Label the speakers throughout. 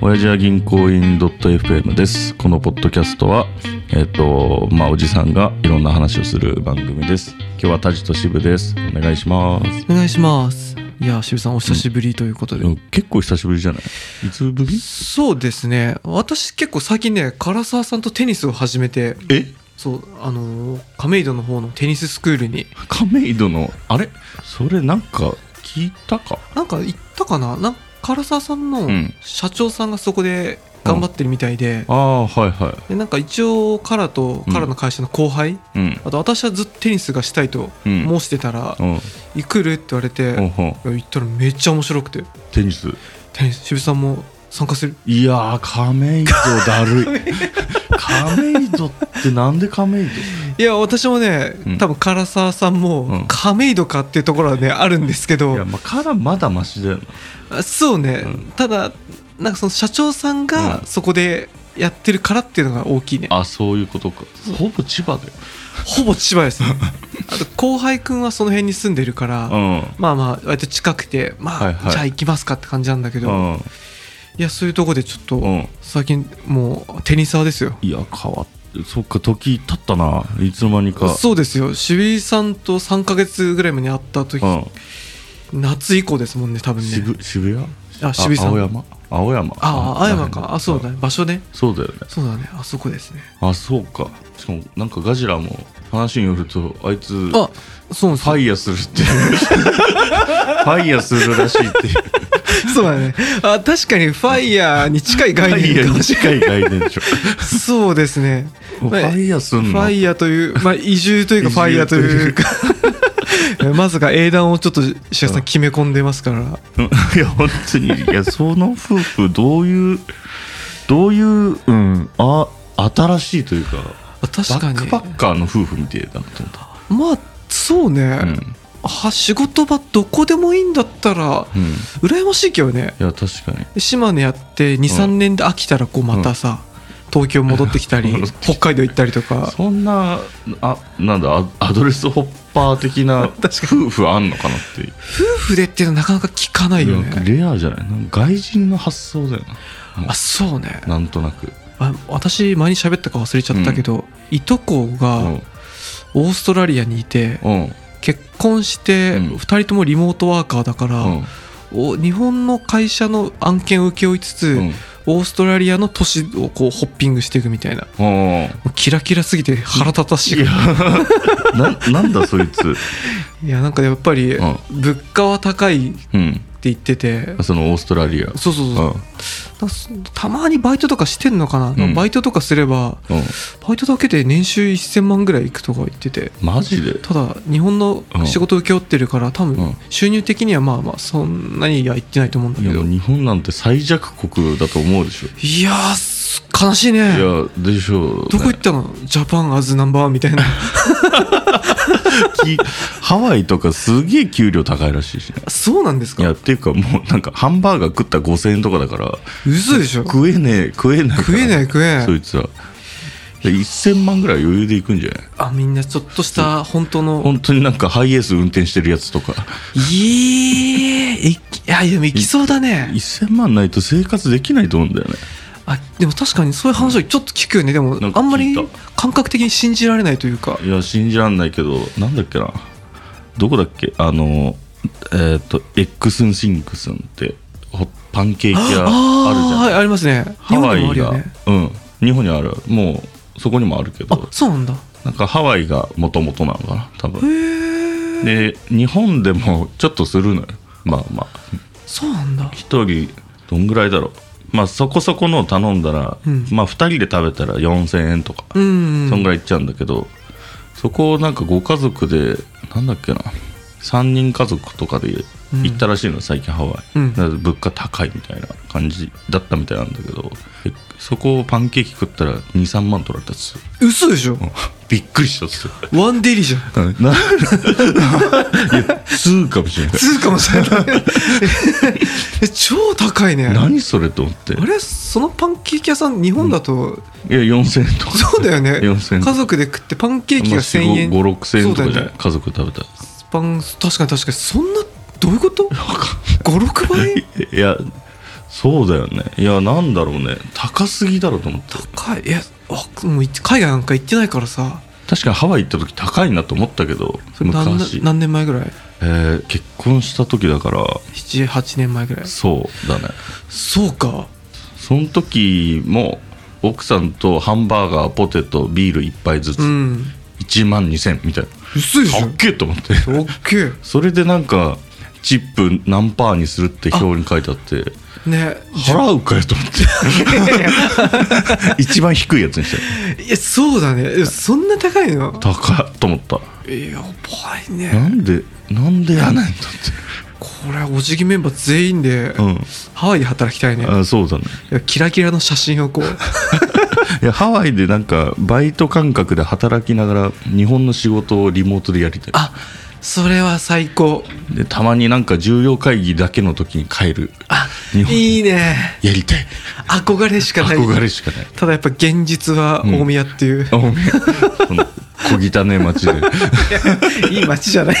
Speaker 1: 親父は銀行員 .fm です。このポッドキャストは、えっ、と、まあ、おじさんがいろんな話をする番組です。今日はタジと渋です。お願いします。
Speaker 2: お願いしますいや渋さんお久しぶりということで、
Speaker 1: うん結構久しぶりじゃないいつぶり
Speaker 2: そうですね私結構最近ね唐沢さんとテニスを始めて
Speaker 1: え
Speaker 2: そうあのー亀戸の方のテニススクールに
Speaker 1: 亀戸の、あれそれなんか聞いたか
Speaker 2: なんか行ったかななんか唐沢さんの
Speaker 1: うん
Speaker 2: 社長さんがそこで頑張ってるみたいで,、
Speaker 1: ああ、はいは
Speaker 2: でなんか一応カラと
Speaker 1: うん
Speaker 2: カラの会社の後輩、
Speaker 1: い。うん。
Speaker 2: あと私はずっとテニスがしたいと
Speaker 1: うん
Speaker 2: 申してたら「
Speaker 1: うん。
Speaker 2: 行くる?」って言われ
Speaker 1: う
Speaker 2: て、い
Speaker 1: んうん
Speaker 2: や行ったらめっちゃ面白くて
Speaker 1: テニス。
Speaker 2: テニス渋さんも参加する
Speaker 1: いやー、亀戸だるい。 亀戸ってなんで亀戸
Speaker 2: いや私もね、
Speaker 1: うん
Speaker 2: 多分唐沢さんも、
Speaker 1: うん
Speaker 2: 亀戸かっていうところ はねあるんですけ
Speaker 1: いや、
Speaker 2: ど
Speaker 1: まあ、からまだマシだよな。
Speaker 2: あそうね、
Speaker 1: うん
Speaker 2: ただなんかその社長さん
Speaker 1: う
Speaker 2: が
Speaker 1: ん
Speaker 2: そこでやってるからっていうのが大きいね、
Speaker 1: あ、そういうことか。ほぼ千葉だよ。
Speaker 2: ほぼ千葉です ねあと後輩くんはその辺に住んでるから、
Speaker 1: う
Speaker 2: まあまあ割と近くてまあ、
Speaker 1: はいはい
Speaker 2: じゃあ行きますかって感じなんだけど、
Speaker 1: ん。うん。
Speaker 2: いやそういうとこでちょっと、
Speaker 1: うん
Speaker 2: 最近もうテニサーですよ
Speaker 1: いや、変わって、そっか、時経ったな。いつの間にか。
Speaker 2: そうですよ渋井さんと3か月ぐらい前に会った時、
Speaker 1: う
Speaker 2: 夏以降ですもんね多
Speaker 1: ん。
Speaker 2: 分ね
Speaker 1: 渋渋谷
Speaker 2: あ渋谷さん
Speaker 1: 青山青山。
Speaker 2: ああ青山かあそう
Speaker 1: ね
Speaker 2: だね場所ね
Speaker 1: そうだよね。
Speaker 2: そうだねあそこですね
Speaker 1: あ、そうか。しかも、なんかガジラも話によると、あいつ、フ
Speaker 2: あそうなんです
Speaker 1: ァイヤーするって いう。ファイヤーするらしい っていう。
Speaker 2: そうだねあ確かにファイヤーに近い概念かもしれ
Speaker 1: 近い概念でしょ。
Speaker 2: ない そうですね
Speaker 1: ファイヤーすん
Speaker 2: フ
Speaker 1: の
Speaker 2: ァイヤーというまあ移住というかファイヤーというか まさか英断をちょっと石川さん決め込んでますから
Speaker 1: うんいや本当にいやその夫婦どういうどういう、うん、あ新しいというか
Speaker 2: あ確
Speaker 1: バ
Speaker 2: か
Speaker 1: ッ
Speaker 2: に
Speaker 1: クパッカーの夫婦みたいだなと思った、
Speaker 2: まあそうね、
Speaker 1: うん
Speaker 2: は仕事場どこでもいいんだったら
Speaker 1: うん、い
Speaker 2: 羨ましいけどね
Speaker 1: や確かに
Speaker 2: 島根やって23、
Speaker 1: う
Speaker 2: 年で飽きたらこうまたさ、東京 戻ってきたり
Speaker 1: 戻ってきた
Speaker 2: 北海道行ったりとか
Speaker 1: そんなあなんだアアドレスホッパー的 な夫婦あんのかなっていう
Speaker 2: 夫婦でっていうのはなかなか聞かないよ
Speaker 1: なんか
Speaker 2: ね
Speaker 1: レアじゃないなんか外人の発想だよなも
Speaker 2: あそうね
Speaker 1: うなんとなく、
Speaker 2: あ私前に喋ったか忘れちゃったけど、いとこ
Speaker 1: う
Speaker 2: が
Speaker 1: ん
Speaker 2: オーストラリアにいて
Speaker 1: うんうん
Speaker 2: 結婚して
Speaker 1: うん
Speaker 2: 2人ともリモートワーカーだから、お日本の会社の案件を請け負いつつ、
Speaker 1: うん
Speaker 2: オーストラリアの都市をこうホッピングしていくみたいな
Speaker 1: うん
Speaker 2: もうキラキラすぎて腹立たし
Speaker 1: い
Speaker 2: い
Speaker 1: や ななんだそいつ、
Speaker 2: いやなんかやっぱり
Speaker 1: うん
Speaker 2: 物価は高いって
Speaker 1: うん、
Speaker 2: 言ってて
Speaker 1: そのオーストラリア
Speaker 2: そうそうそう、だそたまにバイトとかしてんのかな、
Speaker 1: ん
Speaker 2: バイトとかすれば
Speaker 1: うんうん
Speaker 2: バイトだけで年収1000万ぐらいいくとか言ってて
Speaker 1: マジで
Speaker 2: ただ日本の仕事を請け負ってるから多
Speaker 1: うん
Speaker 2: 分収入的にはまあまあそんなにはいってないと思うんだ
Speaker 1: い
Speaker 2: け
Speaker 1: や
Speaker 2: ど
Speaker 1: 日本なんて最弱国だと思うでしょ
Speaker 2: いやーす悲しいね
Speaker 1: いやでしょう、ね、
Speaker 2: どこ行ったのジャパンアズナンバーワン みたいな
Speaker 1: きハワイとかすげえ給料高いらしいしね
Speaker 2: そうなんです
Speaker 1: いや
Speaker 2: か
Speaker 1: っていうかもうなんかハンバーガー食ったら5000円とかだから
Speaker 2: 嘘でしょ
Speaker 1: 食えねえ食えないから
Speaker 2: 食えない食えない
Speaker 1: そいつらいや1000万ぐらい余裕で行くんじゃない
Speaker 2: あみんなちょっとした本当の
Speaker 1: 本当になんかハイエース運転してるやつとか
Speaker 2: いえいやいやでも行きそうだね
Speaker 1: 1000万ないと生活できないと思うんだよね
Speaker 2: あでも確かにそういう話をちょっと聞くよねでも
Speaker 1: なんか聞いた
Speaker 2: あんまり感覚的に信じられないというか
Speaker 1: いや信じらんないけどなんだっけなどこだっけあのえっ、とエックスンシンクスンってほパンケーキ屋あるじゃん
Speaker 2: あーはいありますね日
Speaker 1: ハ
Speaker 2: 本
Speaker 1: ワ
Speaker 2: にもあ
Speaker 1: イ
Speaker 2: る
Speaker 1: が、
Speaker 2: よね
Speaker 1: うん日本にあるもうそこにもあるけ
Speaker 2: あ
Speaker 1: ど
Speaker 2: そうなんだ
Speaker 1: なんかハワイがもともとなのかな多
Speaker 2: へ
Speaker 1: 分
Speaker 2: え
Speaker 1: で日本でもちょっとするのよまあまあ
Speaker 2: そうなんだ
Speaker 1: 一人どんぐらいだろうまあそこそこのを頼んだら、
Speaker 2: うん
Speaker 1: まあ2人で食べたら4000円とか、
Speaker 2: うん
Speaker 1: そんぐらいいっちゃうんだけど、そこをなんかご家族で、なんだっけな、3人家族とかで
Speaker 2: うん
Speaker 1: 行ったらしいの、最近ハワイ。
Speaker 2: うん
Speaker 1: だから物価高いみたいな感じだったみたいなんだけど、えそこをパンケーキ食ったら2、3万取られたっつう。
Speaker 2: 嘘でしょ
Speaker 1: うんびっくりしたっつう。
Speaker 2: ワンデリじゃん
Speaker 1: ないや、通かもしれない。
Speaker 2: つうかもしれない え超高いね
Speaker 1: 何それと思って。い
Speaker 2: あれそのパンケーキ屋さん日本だと
Speaker 1: や、4000円とか。
Speaker 2: そうだよね
Speaker 1: 4000円
Speaker 2: 家族で食ってパンケーキが1000円
Speaker 1: 5、6000円とかじ
Speaker 2: そ
Speaker 1: ゃ
Speaker 2: うだよ
Speaker 1: ない
Speaker 2: ね
Speaker 1: 家族で食べたら。
Speaker 2: パン確かに確かにそんなどういうこと56倍
Speaker 1: いやそうだよねいやなんだろうね高すぎだろうと思って
Speaker 2: 高いいやあもうい海外なんか行ってないからさ
Speaker 1: 確かにハワイ行った時高いなと思ったけど
Speaker 2: それ何
Speaker 1: 昔、
Speaker 2: 何年前ぐらい
Speaker 1: えー結婚した時だから
Speaker 2: 78年前ぐらい
Speaker 1: そうだね
Speaker 2: そうか
Speaker 1: その時も奥さんとハンバーガーポテトビール一杯ずつ、
Speaker 2: うん
Speaker 1: 1万2000みたいな
Speaker 2: 薄いでし
Speaker 1: あっけえと思って
Speaker 2: ょオッケー
Speaker 1: それでなんかチップ何パーにするって表に書いてあって
Speaker 2: ね
Speaker 1: 払うかよと思って一番低いやつにして
Speaker 2: いやそうだねいやそんな高いの
Speaker 1: 高っと思った
Speaker 2: いややばいね
Speaker 1: なんでなんでやねんだっ
Speaker 2: これはおじぎメンバー全員で、
Speaker 1: てうん
Speaker 2: ハワイで働きたいね
Speaker 1: あそうだね
Speaker 2: いやキラキラの写真 をこう
Speaker 1: いやハワイでなんかバイト感覚で働きながら日本の仕事をリモートでやりたい
Speaker 2: あそれは最高
Speaker 1: でたまになんか重要会議だけの時に帰る
Speaker 2: あ
Speaker 1: 日本
Speaker 2: いいね
Speaker 1: やりたい
Speaker 2: 憧れしかない
Speaker 1: 憧れしかない
Speaker 2: ただやっぱ現実は大宮っていう、
Speaker 1: あおめえこの小汚ね街で い
Speaker 2: いい街じゃない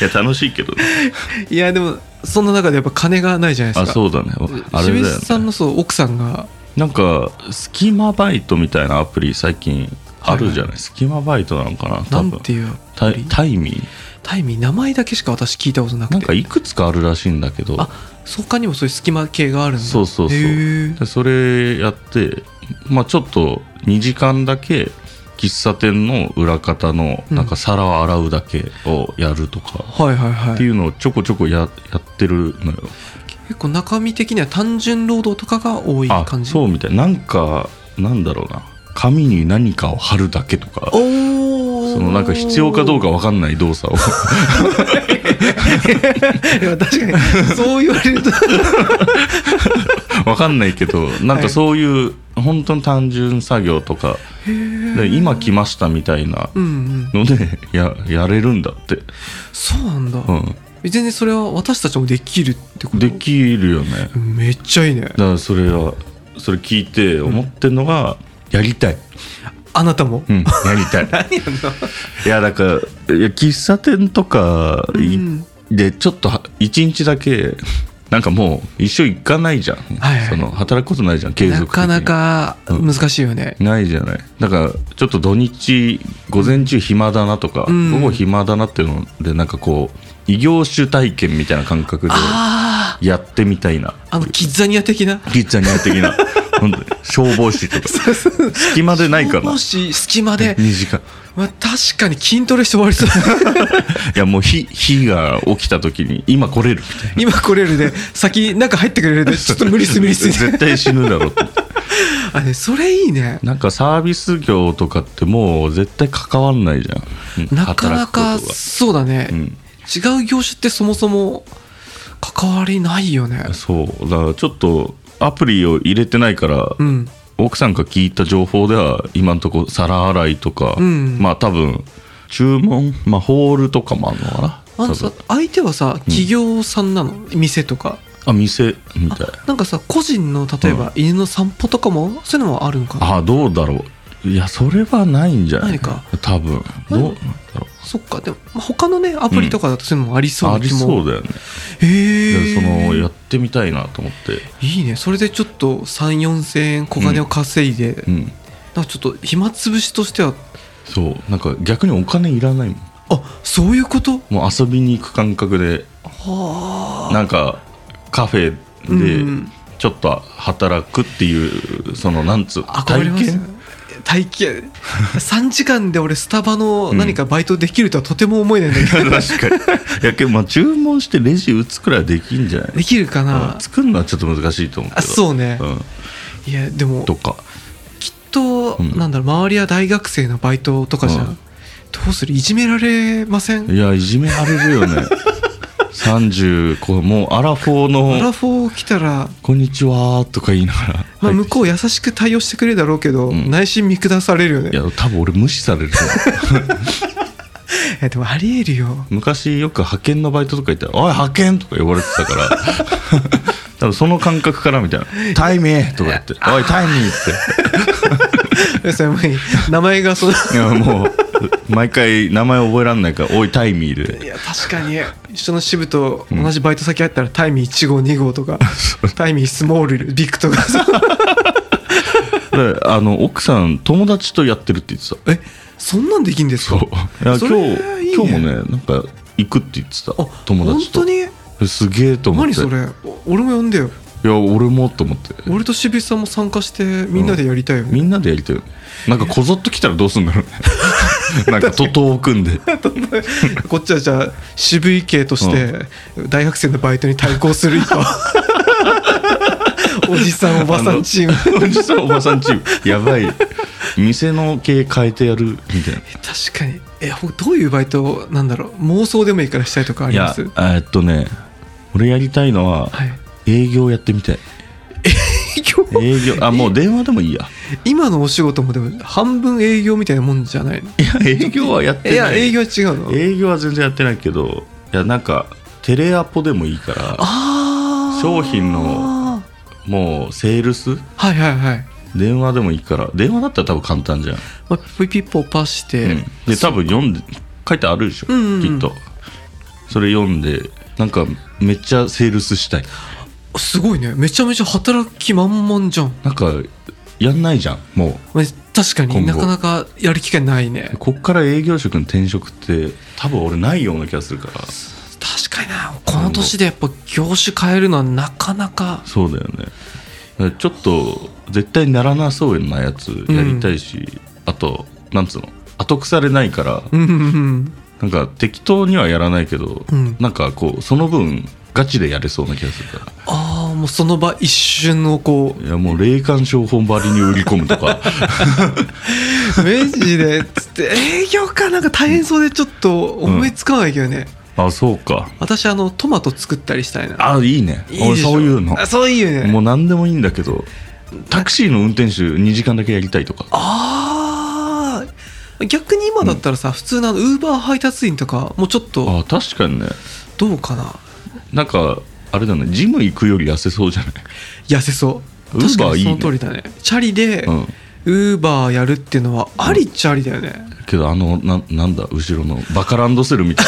Speaker 1: や楽しいけどね
Speaker 2: いやでもそんな中でやっぱ金がないじゃないです
Speaker 1: あ
Speaker 2: か
Speaker 1: そうだねあれ
Speaker 2: 清
Speaker 1: だよ
Speaker 2: 水さん
Speaker 1: ね
Speaker 2: のそう奥さんが
Speaker 1: なんかスキマバイトみたいなアプリ最近あるじゃない、スキマバイトなのかな多
Speaker 2: な
Speaker 1: 分
Speaker 2: んていう
Speaker 1: タイタイミー
Speaker 2: タイミー名前だけしか私聞いたことなくて
Speaker 1: なんかいくつかあるらしいんだけど
Speaker 2: あそっかにもそういう隙間系があるんだ
Speaker 1: そうそうそう
Speaker 2: へー
Speaker 1: でそれやって、まあ、ちょっと2時間だけ喫茶店の裏方のなんか皿を洗うだけをやるとか、
Speaker 2: はいはいは
Speaker 1: って
Speaker 2: い
Speaker 1: いうのをちょこちょこややってるのよ
Speaker 2: 結構中身的には単純労働とかが多い
Speaker 1: あ
Speaker 2: 感じ
Speaker 1: そうみたいなんかなんだろうな紙に何かを貼るだけとか
Speaker 2: おお
Speaker 1: そのなんか必要かどうか分かんない動作を
Speaker 2: いや確かにそう言われると
Speaker 1: 分かんないけどなんかそういう本当に単純作業とかで今来ましたみたいな
Speaker 2: うんう
Speaker 1: の
Speaker 2: ん
Speaker 1: でややれるんだって、
Speaker 2: そうなんだ、
Speaker 1: うん、
Speaker 2: 全然それは私たちもできるってこと
Speaker 1: できるよね
Speaker 2: めっちゃいいね
Speaker 1: だからそれはそれ聞いて思ってるのが、やりたい、
Speaker 2: あなたも、
Speaker 1: うん、やりたい
Speaker 2: 何やんない
Speaker 1: やだからいや喫茶店とかい
Speaker 2: うん
Speaker 1: でちょっとは一日だけなんかもう一生行かないじゃん、
Speaker 2: はいはい
Speaker 1: その働くことないじゃん継続
Speaker 2: な
Speaker 1: 的に
Speaker 2: かなか難しいよね、
Speaker 1: ないじゃないだからちょっと土日午前中暇だなとか、
Speaker 2: うん
Speaker 1: 午後暇だなっていうのでなんかこう異業種体験みたいな感覚で
Speaker 2: あ
Speaker 1: やってみたいな
Speaker 2: ああのキッザニア的な
Speaker 1: キッザニア的 な本当に消防士とか隙間でないかな
Speaker 2: もし隙間で
Speaker 1: 2時間
Speaker 2: まあ、確かに筋トレして終わりそう
Speaker 1: いやもう火火が起きた時に今来れるみたいな
Speaker 2: 今来れるで先なんか入ってくれ るでちょっと無理して無理して
Speaker 1: 絶対死ぬだろうって
Speaker 2: あねそれいいね
Speaker 1: なんかサービス業とかってもう絶対関わんないじゃんうん
Speaker 2: なかなか
Speaker 1: 働くこ
Speaker 2: そうだね、
Speaker 1: とがうん
Speaker 2: 違う業種ってそもそも関わりないよね
Speaker 1: そうだからちょっとアプリを入れてないから、
Speaker 2: うん
Speaker 1: 奥さんが聞いた情報では今のところ皿洗いとか、
Speaker 2: うん
Speaker 1: まあ多分注文、まあ、ホールとかもあるのかな
Speaker 2: あ
Speaker 1: 多
Speaker 2: のさ
Speaker 1: 分
Speaker 2: 相手はさ企業さんなの、店とか
Speaker 1: あ店みたい
Speaker 2: なんかさ個人の例えば犬の散歩とかもそういうのもあるんかな
Speaker 1: あどうだろういやそれはないんじゃない
Speaker 2: ないか
Speaker 1: 多分どうなんだろ
Speaker 2: そっかでも、まあ、他のねアプリとかだとそういうのもあり
Speaker 1: う
Speaker 2: そう
Speaker 1: あ
Speaker 2: な
Speaker 1: り
Speaker 2: 気も、
Speaker 1: そうだよね、
Speaker 2: へ
Speaker 1: で
Speaker 2: え
Speaker 1: そのやってみたいなと思って
Speaker 2: いいねそれでちょっと34000円小金を稼いで、
Speaker 1: うん
Speaker 2: なんかちょっと暇つぶしとしては
Speaker 1: そうなんか逆にお金いらないもん
Speaker 2: あそういうこと
Speaker 1: もう遊びに行く感覚で
Speaker 2: は
Speaker 1: なんかカフェ
Speaker 2: う
Speaker 1: で
Speaker 2: ん
Speaker 1: ちょっと働くっていうそのなんつう
Speaker 2: あ
Speaker 1: 体
Speaker 2: ます
Speaker 1: 験
Speaker 2: 体験 3時間で俺スタバの何かバイトできるとはとても思えないんだけど、
Speaker 1: 確かにいやけどまあ注文してレジ打つくらいはできんじゃない
Speaker 2: できるかな、
Speaker 1: うん作るのはちょっと難しいと思うけ
Speaker 2: あ
Speaker 1: ど
Speaker 2: そうね、
Speaker 1: う
Speaker 2: いやでも
Speaker 1: んとか
Speaker 2: きっと、
Speaker 1: うん
Speaker 2: なんだろう周りは大学生のバイトとかじゃん、
Speaker 1: うん
Speaker 2: どうするいじめられません
Speaker 1: いやいじめられるよ ね30こうもうアラフォー
Speaker 2: アラ
Speaker 1: の
Speaker 2: フォー来たら
Speaker 1: 「こんにちは」とか言いながら、
Speaker 2: まあ、
Speaker 1: 入
Speaker 2: 向
Speaker 1: って
Speaker 2: こう優しく対応してくれるだろうけど、
Speaker 1: うん
Speaker 2: 内心見下されるよ
Speaker 1: い
Speaker 2: ね
Speaker 1: や多分俺無視されるよ
Speaker 2: えでもありえるよ
Speaker 1: 昔よく派遣のバイトとか行ったら「おい派遣!」とか呼ばれてたから多分その感覚からみたいな「タイミー!」とか言って「おいタイミー!」っ
Speaker 2: えそれもいい名前がその
Speaker 1: ていやもう毎回名前覚えらんないから「おいタイミー」
Speaker 2: い
Speaker 1: で
Speaker 2: や確かに一緒の支部と同じバイト先あったら、タイミー1号2号 とかタイミースモールビッグとかさ
Speaker 1: であの奥さん友達とやってるって言ってた
Speaker 2: えそんなんできんです
Speaker 1: そう
Speaker 2: か
Speaker 1: いや
Speaker 2: そ
Speaker 1: 今
Speaker 2: れ
Speaker 1: 日
Speaker 2: いいね
Speaker 1: 今日もねなんか行くって言ってた
Speaker 2: あ
Speaker 1: 友達と
Speaker 2: 本
Speaker 1: すげえと
Speaker 2: 当に
Speaker 1: 思って
Speaker 2: 何それお俺も呼んでよ
Speaker 1: いや俺もと思って
Speaker 2: 俺と渋井さんも参加してみんなでやりたいよ、
Speaker 1: みんなでやりたいよねなんかこぞっと来たらどうすんだろうね なんか徒党を組んで
Speaker 2: こっちはじゃあ渋井系として大学生のバイトに対抗す る一方おじさんおばさんチーム
Speaker 1: おじさんおばさんチームやばい店の経営変えてやるみたいな
Speaker 2: 確かにえほどういうバイトなんだろう妄想でもいいからしたいとかあ
Speaker 1: い
Speaker 2: りま
Speaker 1: や
Speaker 2: す
Speaker 1: えっとね俺やりたいのは、
Speaker 2: はい
Speaker 1: 営業やってみたい
Speaker 2: 今日
Speaker 1: 営業あもう電話でもいいや
Speaker 2: 今のお仕事もでも半分営業みたいなもんじゃないの
Speaker 1: いや営業はやってない
Speaker 2: いや営業は違うの
Speaker 1: 営業は全然やってないけどいやなんかテレアポでもいいから
Speaker 2: ああ
Speaker 1: 商品のもうセールス
Speaker 2: はいはいはい、
Speaker 1: 電話でもいいから電話だったら多分簡単じゃん、
Speaker 2: まあ、ピピッポパして、
Speaker 1: うんで多分読んで書いてあるでしょ、
Speaker 2: うんうんうん
Speaker 1: きっとそれ読んでなんかめっちゃセールスしたい
Speaker 2: すごいねめちゃめちゃ働き満々じゃん、
Speaker 1: なんかやんないじゃんも
Speaker 2: まあ確かに
Speaker 1: 今
Speaker 2: な
Speaker 1: 後
Speaker 2: かなかやる機会ないね
Speaker 1: うこっから営業職の転職って多分俺ないような気がするから
Speaker 2: 確かになこの年でやっぱ業種変えるのはなかなか
Speaker 1: そうだよねだからちょっと絶対ならなそうなやつやりたいし、あとなんつうの後腐れないから
Speaker 2: うんうん
Speaker 1: なんか適当にはやらないけど、
Speaker 2: うん
Speaker 1: なんかこうその分ガチでやれそうな気がするか
Speaker 2: ああもうその場一瞬のこ
Speaker 1: らいやもう霊感商法ばりに売り込むとか
Speaker 2: う明治でつって営業かなんか大変そうでちょっと思いつかないけどね、
Speaker 1: あそうか
Speaker 2: 私あのトマト作ったりしたいな
Speaker 1: あいいね
Speaker 2: いいでしょ
Speaker 1: 俺そういうの
Speaker 2: あそういうね
Speaker 1: もう何でもいいんだけどタクシーの運転手2時間だけやりたいとか
Speaker 2: ああ逆に今だったらさ、普通のウーバー配達員とかもうちょっと
Speaker 1: あ確かにね
Speaker 2: どうかな
Speaker 1: なんかあれだねジム行くより痩せそうじゃない
Speaker 2: 痩せそう確
Speaker 1: Uber
Speaker 2: か
Speaker 1: い
Speaker 2: に
Speaker 1: い
Speaker 2: そ
Speaker 1: ね
Speaker 2: の通りだねチャリで
Speaker 1: うん
Speaker 2: ウーバーやるっていうのはありっちゃありだよね、
Speaker 1: けどあのななんだ後ろのバカランドセルみたい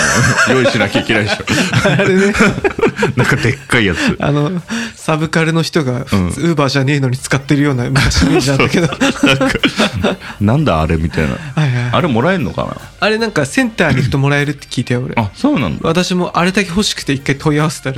Speaker 1: なの 用意しなきゃいけないでしょ
Speaker 2: あれね
Speaker 1: なんかでっかいやつ
Speaker 2: あのサブカルの人がウ
Speaker 1: うん
Speaker 2: ーバーじゃねえのに使ってるような昔のイメージなんだけどはい
Speaker 1: なんだあれみたいな
Speaker 2: はい
Speaker 1: あれもらえるのか
Speaker 2: あれなんかセンターに行くともらえるって聞いたよ俺
Speaker 1: なあそうなんだ
Speaker 2: 私もあれだけ欲しくて一回問い合わせたら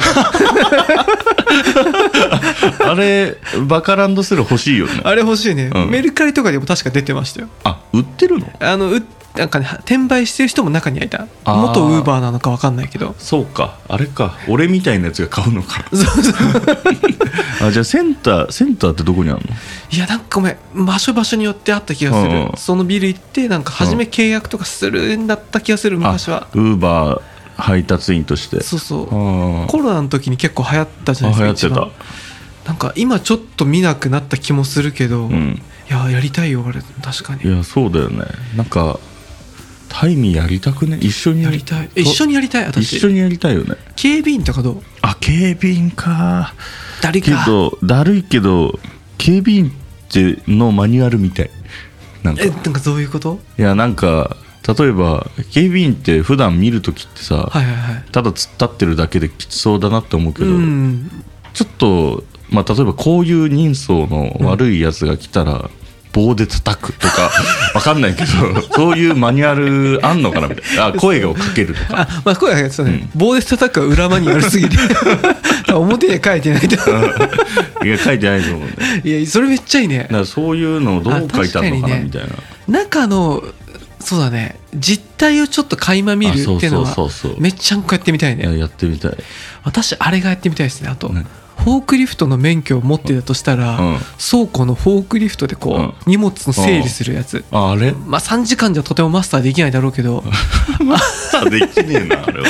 Speaker 1: あれバカランドセル欲しいよね
Speaker 2: あれ欲しいね、
Speaker 1: うん
Speaker 2: メルカリとかでも確か出てましたよ
Speaker 1: あ売ってるの
Speaker 2: あのうなんかね転売してる人も中にはいた
Speaker 1: あー
Speaker 2: 元ウーバーなのか分かんないけど
Speaker 1: そうかあれか俺みたいなやつが買うのか
Speaker 2: そうそう
Speaker 1: あじゃあセンターセンターってどこにある
Speaker 2: いやなんかごめん場所場所によってあった気がする、
Speaker 1: うんうん
Speaker 2: そのビル行ってなんか初め契約とかするんだった気がする
Speaker 1: の
Speaker 2: 昔は
Speaker 1: ウーバー配達員として
Speaker 2: そうそう
Speaker 1: あ
Speaker 2: コロナの時に結構流行ったじ
Speaker 1: あ
Speaker 2: ゃない
Speaker 1: 流行
Speaker 2: で
Speaker 1: って
Speaker 2: すか
Speaker 1: た
Speaker 2: 一番なんか今ちょっと見なくなった気もするけど、
Speaker 1: う
Speaker 2: い
Speaker 1: ん
Speaker 2: ややりたいよあれ確か
Speaker 1: い
Speaker 2: に
Speaker 1: やそうだよねなんかタイミーやりたくね一緒に
Speaker 2: やりたいえ
Speaker 1: と
Speaker 2: 一緒にやりたい私
Speaker 1: 一緒にやりたいよね
Speaker 2: 警備員とかどう
Speaker 1: あ警備員か
Speaker 2: 誰
Speaker 1: け
Speaker 2: か
Speaker 1: どだるいけど警備員ってのマニュアルみたいなんか
Speaker 2: え
Speaker 1: い
Speaker 2: なんかどういうこと
Speaker 1: やなんか例えば警備員って普段見るときってさ、
Speaker 2: はいはいはい
Speaker 1: ただ突っ立ってるだけできつそうだなって思うけ
Speaker 2: う
Speaker 1: ど、
Speaker 2: ん
Speaker 1: ちょっと、まあ、例えばこういう人相の悪いやつが来たら、棒で叩くとか わかんないけどそういうマニュアルあんのかなみた いなあ声をかけるとか
Speaker 2: あまあ声はそうね、棒で叩くは裏マニュアルす ぎて表には書いてないと
Speaker 1: いや書いてないと思うんだよ
Speaker 2: いやそれめっちゃいいね
Speaker 1: だからそういうのをどう書いてあるのかな
Speaker 2: あ確かにね
Speaker 1: みたいな
Speaker 2: 中のそうだね実態をちょっと垣間見る
Speaker 1: あそう
Speaker 2: っていうのは
Speaker 1: そうそうそう
Speaker 2: めっちゃんこやってみたい
Speaker 1: い
Speaker 2: ね
Speaker 1: ややってみたい
Speaker 2: 私あれがやってみたいですねあと、
Speaker 1: ね
Speaker 2: フォークリフトの免許を持ってたとしたら、
Speaker 1: うん
Speaker 2: 倉庫のフォークリフトでこう、
Speaker 1: うん
Speaker 2: 荷物の整理するやつ、
Speaker 1: ああれ
Speaker 2: まあ3時間じゃとてもマスターできないだろうけど
Speaker 1: できねえなあ れは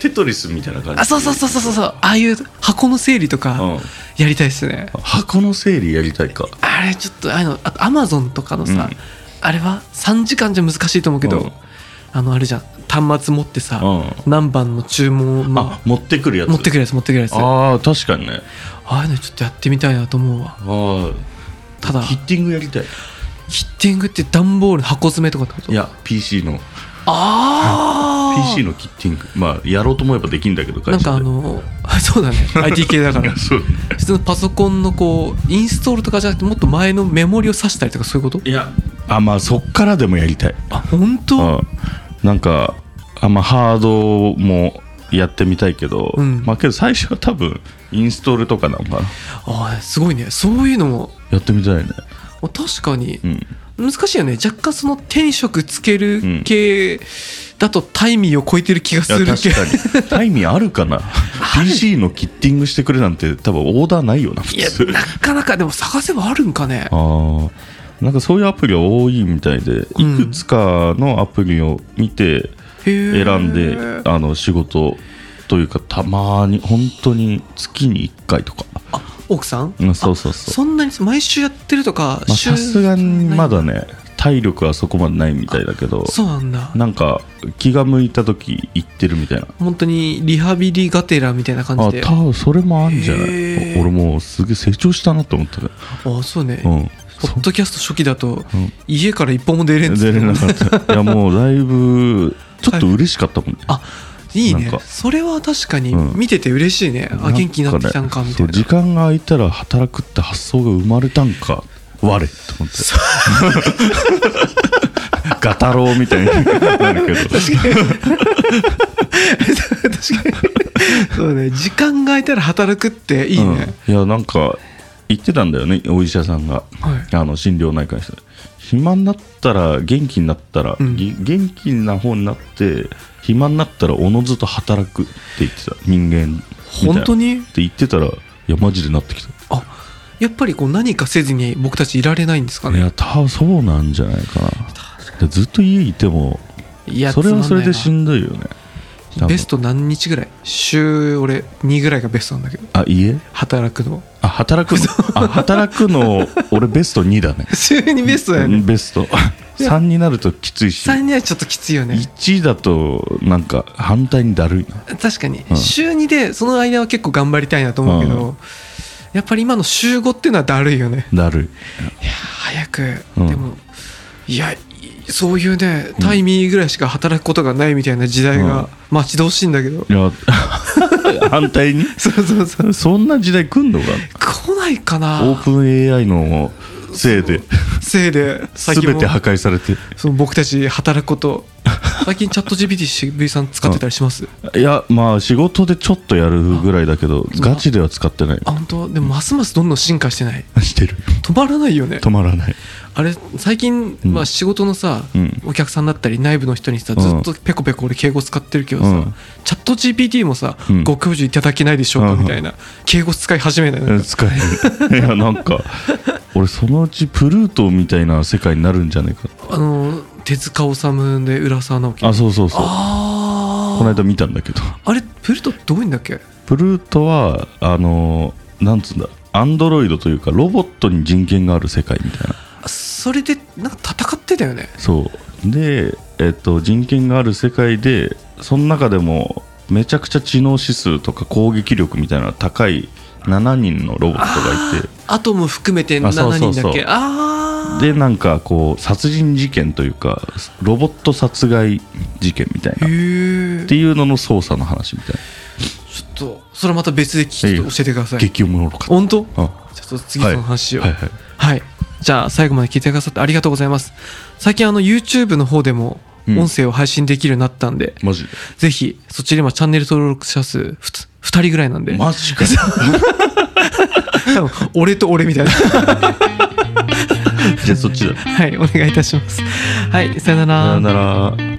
Speaker 1: テトリスみたいな感じ
Speaker 2: あそうそうそうそうそうそうああいう箱の整理と
Speaker 1: うん
Speaker 2: かやりたいですね、
Speaker 1: 箱の整理やりたいか
Speaker 2: あれちょっとあのあとアマゾンとかのさ、
Speaker 1: うん
Speaker 2: あれは3時間じゃ難しいと思うけど、
Speaker 1: うん
Speaker 2: あのあれじゃん端末持ってさ、
Speaker 1: う
Speaker 2: 何番の注文を、ま
Speaker 1: あ持ってくるや
Speaker 2: あ、
Speaker 1: つ
Speaker 2: 持ってくるやつ持ってくるやつあ
Speaker 1: ああ確かにね
Speaker 2: あいうのちょっとやってみたいなと思うわ
Speaker 1: ああ
Speaker 2: ただ
Speaker 1: ヒ
Speaker 2: ヒ
Speaker 1: ッティングやりたい
Speaker 2: ッティングって段ボール箱詰めとかってこと
Speaker 1: いや PC の
Speaker 2: あ あ
Speaker 1: PC のキッティングまあやろうと思えばできるんだけど
Speaker 2: なんかあ
Speaker 1: で
Speaker 2: の そうだね IT 系だ から
Speaker 1: そう
Speaker 2: 普通のパソコンのこうインストールとかじゃなくてもっと前のメモリを挿したりとかそういうこと
Speaker 1: いやあまあそっからでもやりたい
Speaker 2: あ本当
Speaker 1: うんなんかあんまハードもやってみたいけど、
Speaker 2: うん
Speaker 1: まあけど最初は多分インストールとかなのかな
Speaker 2: あすごいねそういうのも
Speaker 1: やってみたいね
Speaker 2: 確かに
Speaker 1: うん
Speaker 2: 難しいよね若干その天職つける系だとタイミーを超えてる気が
Speaker 1: い
Speaker 2: す
Speaker 1: や
Speaker 2: るけど
Speaker 1: 確 かにタイミーあるかな PC のキッティングしてくれなんて多分オーダーないよな普
Speaker 2: いや
Speaker 1: 通
Speaker 2: なかなかでも探せばあるんかね
Speaker 1: あーなんかそういうアプリは多いみたいでい
Speaker 2: ん
Speaker 1: くつかのアプリを見て
Speaker 2: 選
Speaker 1: 選んで、あの仕事というかたまに本当に月に1回とか、
Speaker 2: あ奥さん
Speaker 1: うん、そうそうそう
Speaker 2: そんなに毎週やってるとか
Speaker 1: まあ
Speaker 2: 週
Speaker 1: さすがにまだね体力はそこまでないみたいだけど
Speaker 2: そうなんだ
Speaker 1: なんか気が向いた時行ってるみたいな
Speaker 2: 本当にリハビリがてらみたいな感
Speaker 1: あ
Speaker 2: じであ
Speaker 1: 多分それもあるんじゃない
Speaker 2: へー
Speaker 1: 俺もうすげえ成長したなと思ったけど
Speaker 2: そうね、
Speaker 1: うん
Speaker 2: ポッドキャスト初期だと、
Speaker 1: うん
Speaker 2: 家から一本も出れんっつっ
Speaker 1: 出
Speaker 2: て
Speaker 1: れなかったいやもうだいぶちょっと嬉しかったもんね、
Speaker 2: あいいね
Speaker 1: なんか
Speaker 2: それは確かに
Speaker 1: うん
Speaker 2: 見てて嬉しいね、あ元気になってきたんかみたい
Speaker 1: そ
Speaker 2: な
Speaker 1: う時間が空いたら働くって発想が生まれたんか我と思って
Speaker 2: そ
Speaker 1: ガタロウみたいになるけど
Speaker 2: 確かに そうね時間が空いたら働くっていいね、
Speaker 1: うんいやなんか言ってたんだよねお医者さんが、
Speaker 2: はい
Speaker 1: あの心療内科の人暇になったら元気になったら、
Speaker 2: うん
Speaker 1: ぎ元気な方になって暇になったらおのずと働くって言ってた人間みたいな
Speaker 2: 本当に
Speaker 1: って言ってたらいやマジでなってきた
Speaker 2: あやっぱりこう何かせずに僕たちいられないんですか
Speaker 1: い
Speaker 2: ね
Speaker 1: や多分そうなんじゃないかなずっと家いても
Speaker 2: いや
Speaker 1: それはそれで
Speaker 2: つ
Speaker 1: し
Speaker 2: まん
Speaker 1: んどいよね
Speaker 2: ないなベスト何日ぐらい週俺2ぐらいがベストなんだけど
Speaker 1: あ家
Speaker 2: 働くの
Speaker 1: あ働くのあ働くの俺ベスト2だね
Speaker 2: 週にベストだよね
Speaker 1: ベスト3になるときついし
Speaker 2: 3にはちょっときついよね
Speaker 1: 1位だとなんか反対にだるいな
Speaker 2: 確かに、
Speaker 1: うん
Speaker 2: 週2でその間は結構頑張りたいなと思うけど、
Speaker 1: う
Speaker 2: やっぱり今の週5っていうのはだるいよね
Speaker 1: だるい
Speaker 2: いや早く、
Speaker 1: うん
Speaker 2: でもいやいそういうねタイミーぐらいしか働くことがないみたいな時代
Speaker 1: うん
Speaker 2: が待ち遠しいんだけど、
Speaker 1: いや 反対に
Speaker 2: そうそうそう
Speaker 1: そんな時代来んのか
Speaker 2: 来ないか
Speaker 1: なオー
Speaker 2: な
Speaker 1: プン AI のせいで
Speaker 2: せいで最近
Speaker 1: 全
Speaker 2: も
Speaker 1: て破壊されて
Speaker 2: その僕たち働 くこと最近チャット GPT 渋井さん使ってたりします、
Speaker 1: いやまあ仕事でちょっとやるぐらいだけどガチでは使ってない
Speaker 2: あ本当でもますますどんどん進化してない
Speaker 1: してる
Speaker 2: 止まらないよね
Speaker 1: 止まらない
Speaker 2: あれ最近、
Speaker 1: うん
Speaker 2: まあ、仕事のさ、
Speaker 1: うん
Speaker 2: お客さんだったり内部の人にさ
Speaker 1: うん
Speaker 2: ずっとペコペコ俺敬語使ってるけどさ、
Speaker 1: うん
Speaker 2: チャット GPT もさ、
Speaker 1: うん
Speaker 2: ご教授いただけないでしょうかみたいな、敬語使い始めないなんか
Speaker 1: 使 えるいやなんか俺そのうちプルートみたいな世界になるんじゃないか
Speaker 2: あの手塚治虫で浦沢直樹
Speaker 1: あそうそうそう
Speaker 2: あ
Speaker 1: こ
Speaker 2: ー
Speaker 1: の間見たんだけど
Speaker 2: あれプルトってどういうんだっけ
Speaker 1: プルートはあのなんつうんだアンドロイドというかロボットに人権がある世界みたいな
Speaker 2: あそれでなんか戦ってたよね
Speaker 1: そうで、えっと、人権がある世界でその中でもめちゃくちゃ知能指数とか攻撃力みたいなのが高い7人のロボットがいて
Speaker 2: アトム含めて7
Speaker 1: あそうそう
Speaker 2: 人
Speaker 1: そ
Speaker 2: だ
Speaker 1: う
Speaker 2: っけあ
Speaker 1: でなんかこう殺人事件というかロボット殺害事件みたい
Speaker 2: あ
Speaker 1: なっ
Speaker 2: へえ
Speaker 1: て
Speaker 2: ち
Speaker 1: いうのの捜査の話みたい
Speaker 2: ょっとそれまた別で聞いて教えてくださ
Speaker 1: ない激おもろかっ
Speaker 2: 本当
Speaker 1: たあ
Speaker 2: ちょっと次その話しよう。
Speaker 1: は
Speaker 2: はいい、
Speaker 1: はい
Speaker 2: じゃあ最後まで聞いてくださってありがとうございます。最近あの YouTube の方でも
Speaker 1: うん
Speaker 2: 音声を配信できるようになったんで、
Speaker 1: マジで
Speaker 2: ぜひそっちで今チャンネル登録者数ふつ2人ぐらいなんで、
Speaker 1: マジか
Speaker 2: 多分俺と俺みたいな。
Speaker 1: じゃあそっちだ
Speaker 2: はい、お願いいたします。はい、さよな
Speaker 1: さよ
Speaker 2: ら。
Speaker 1: なら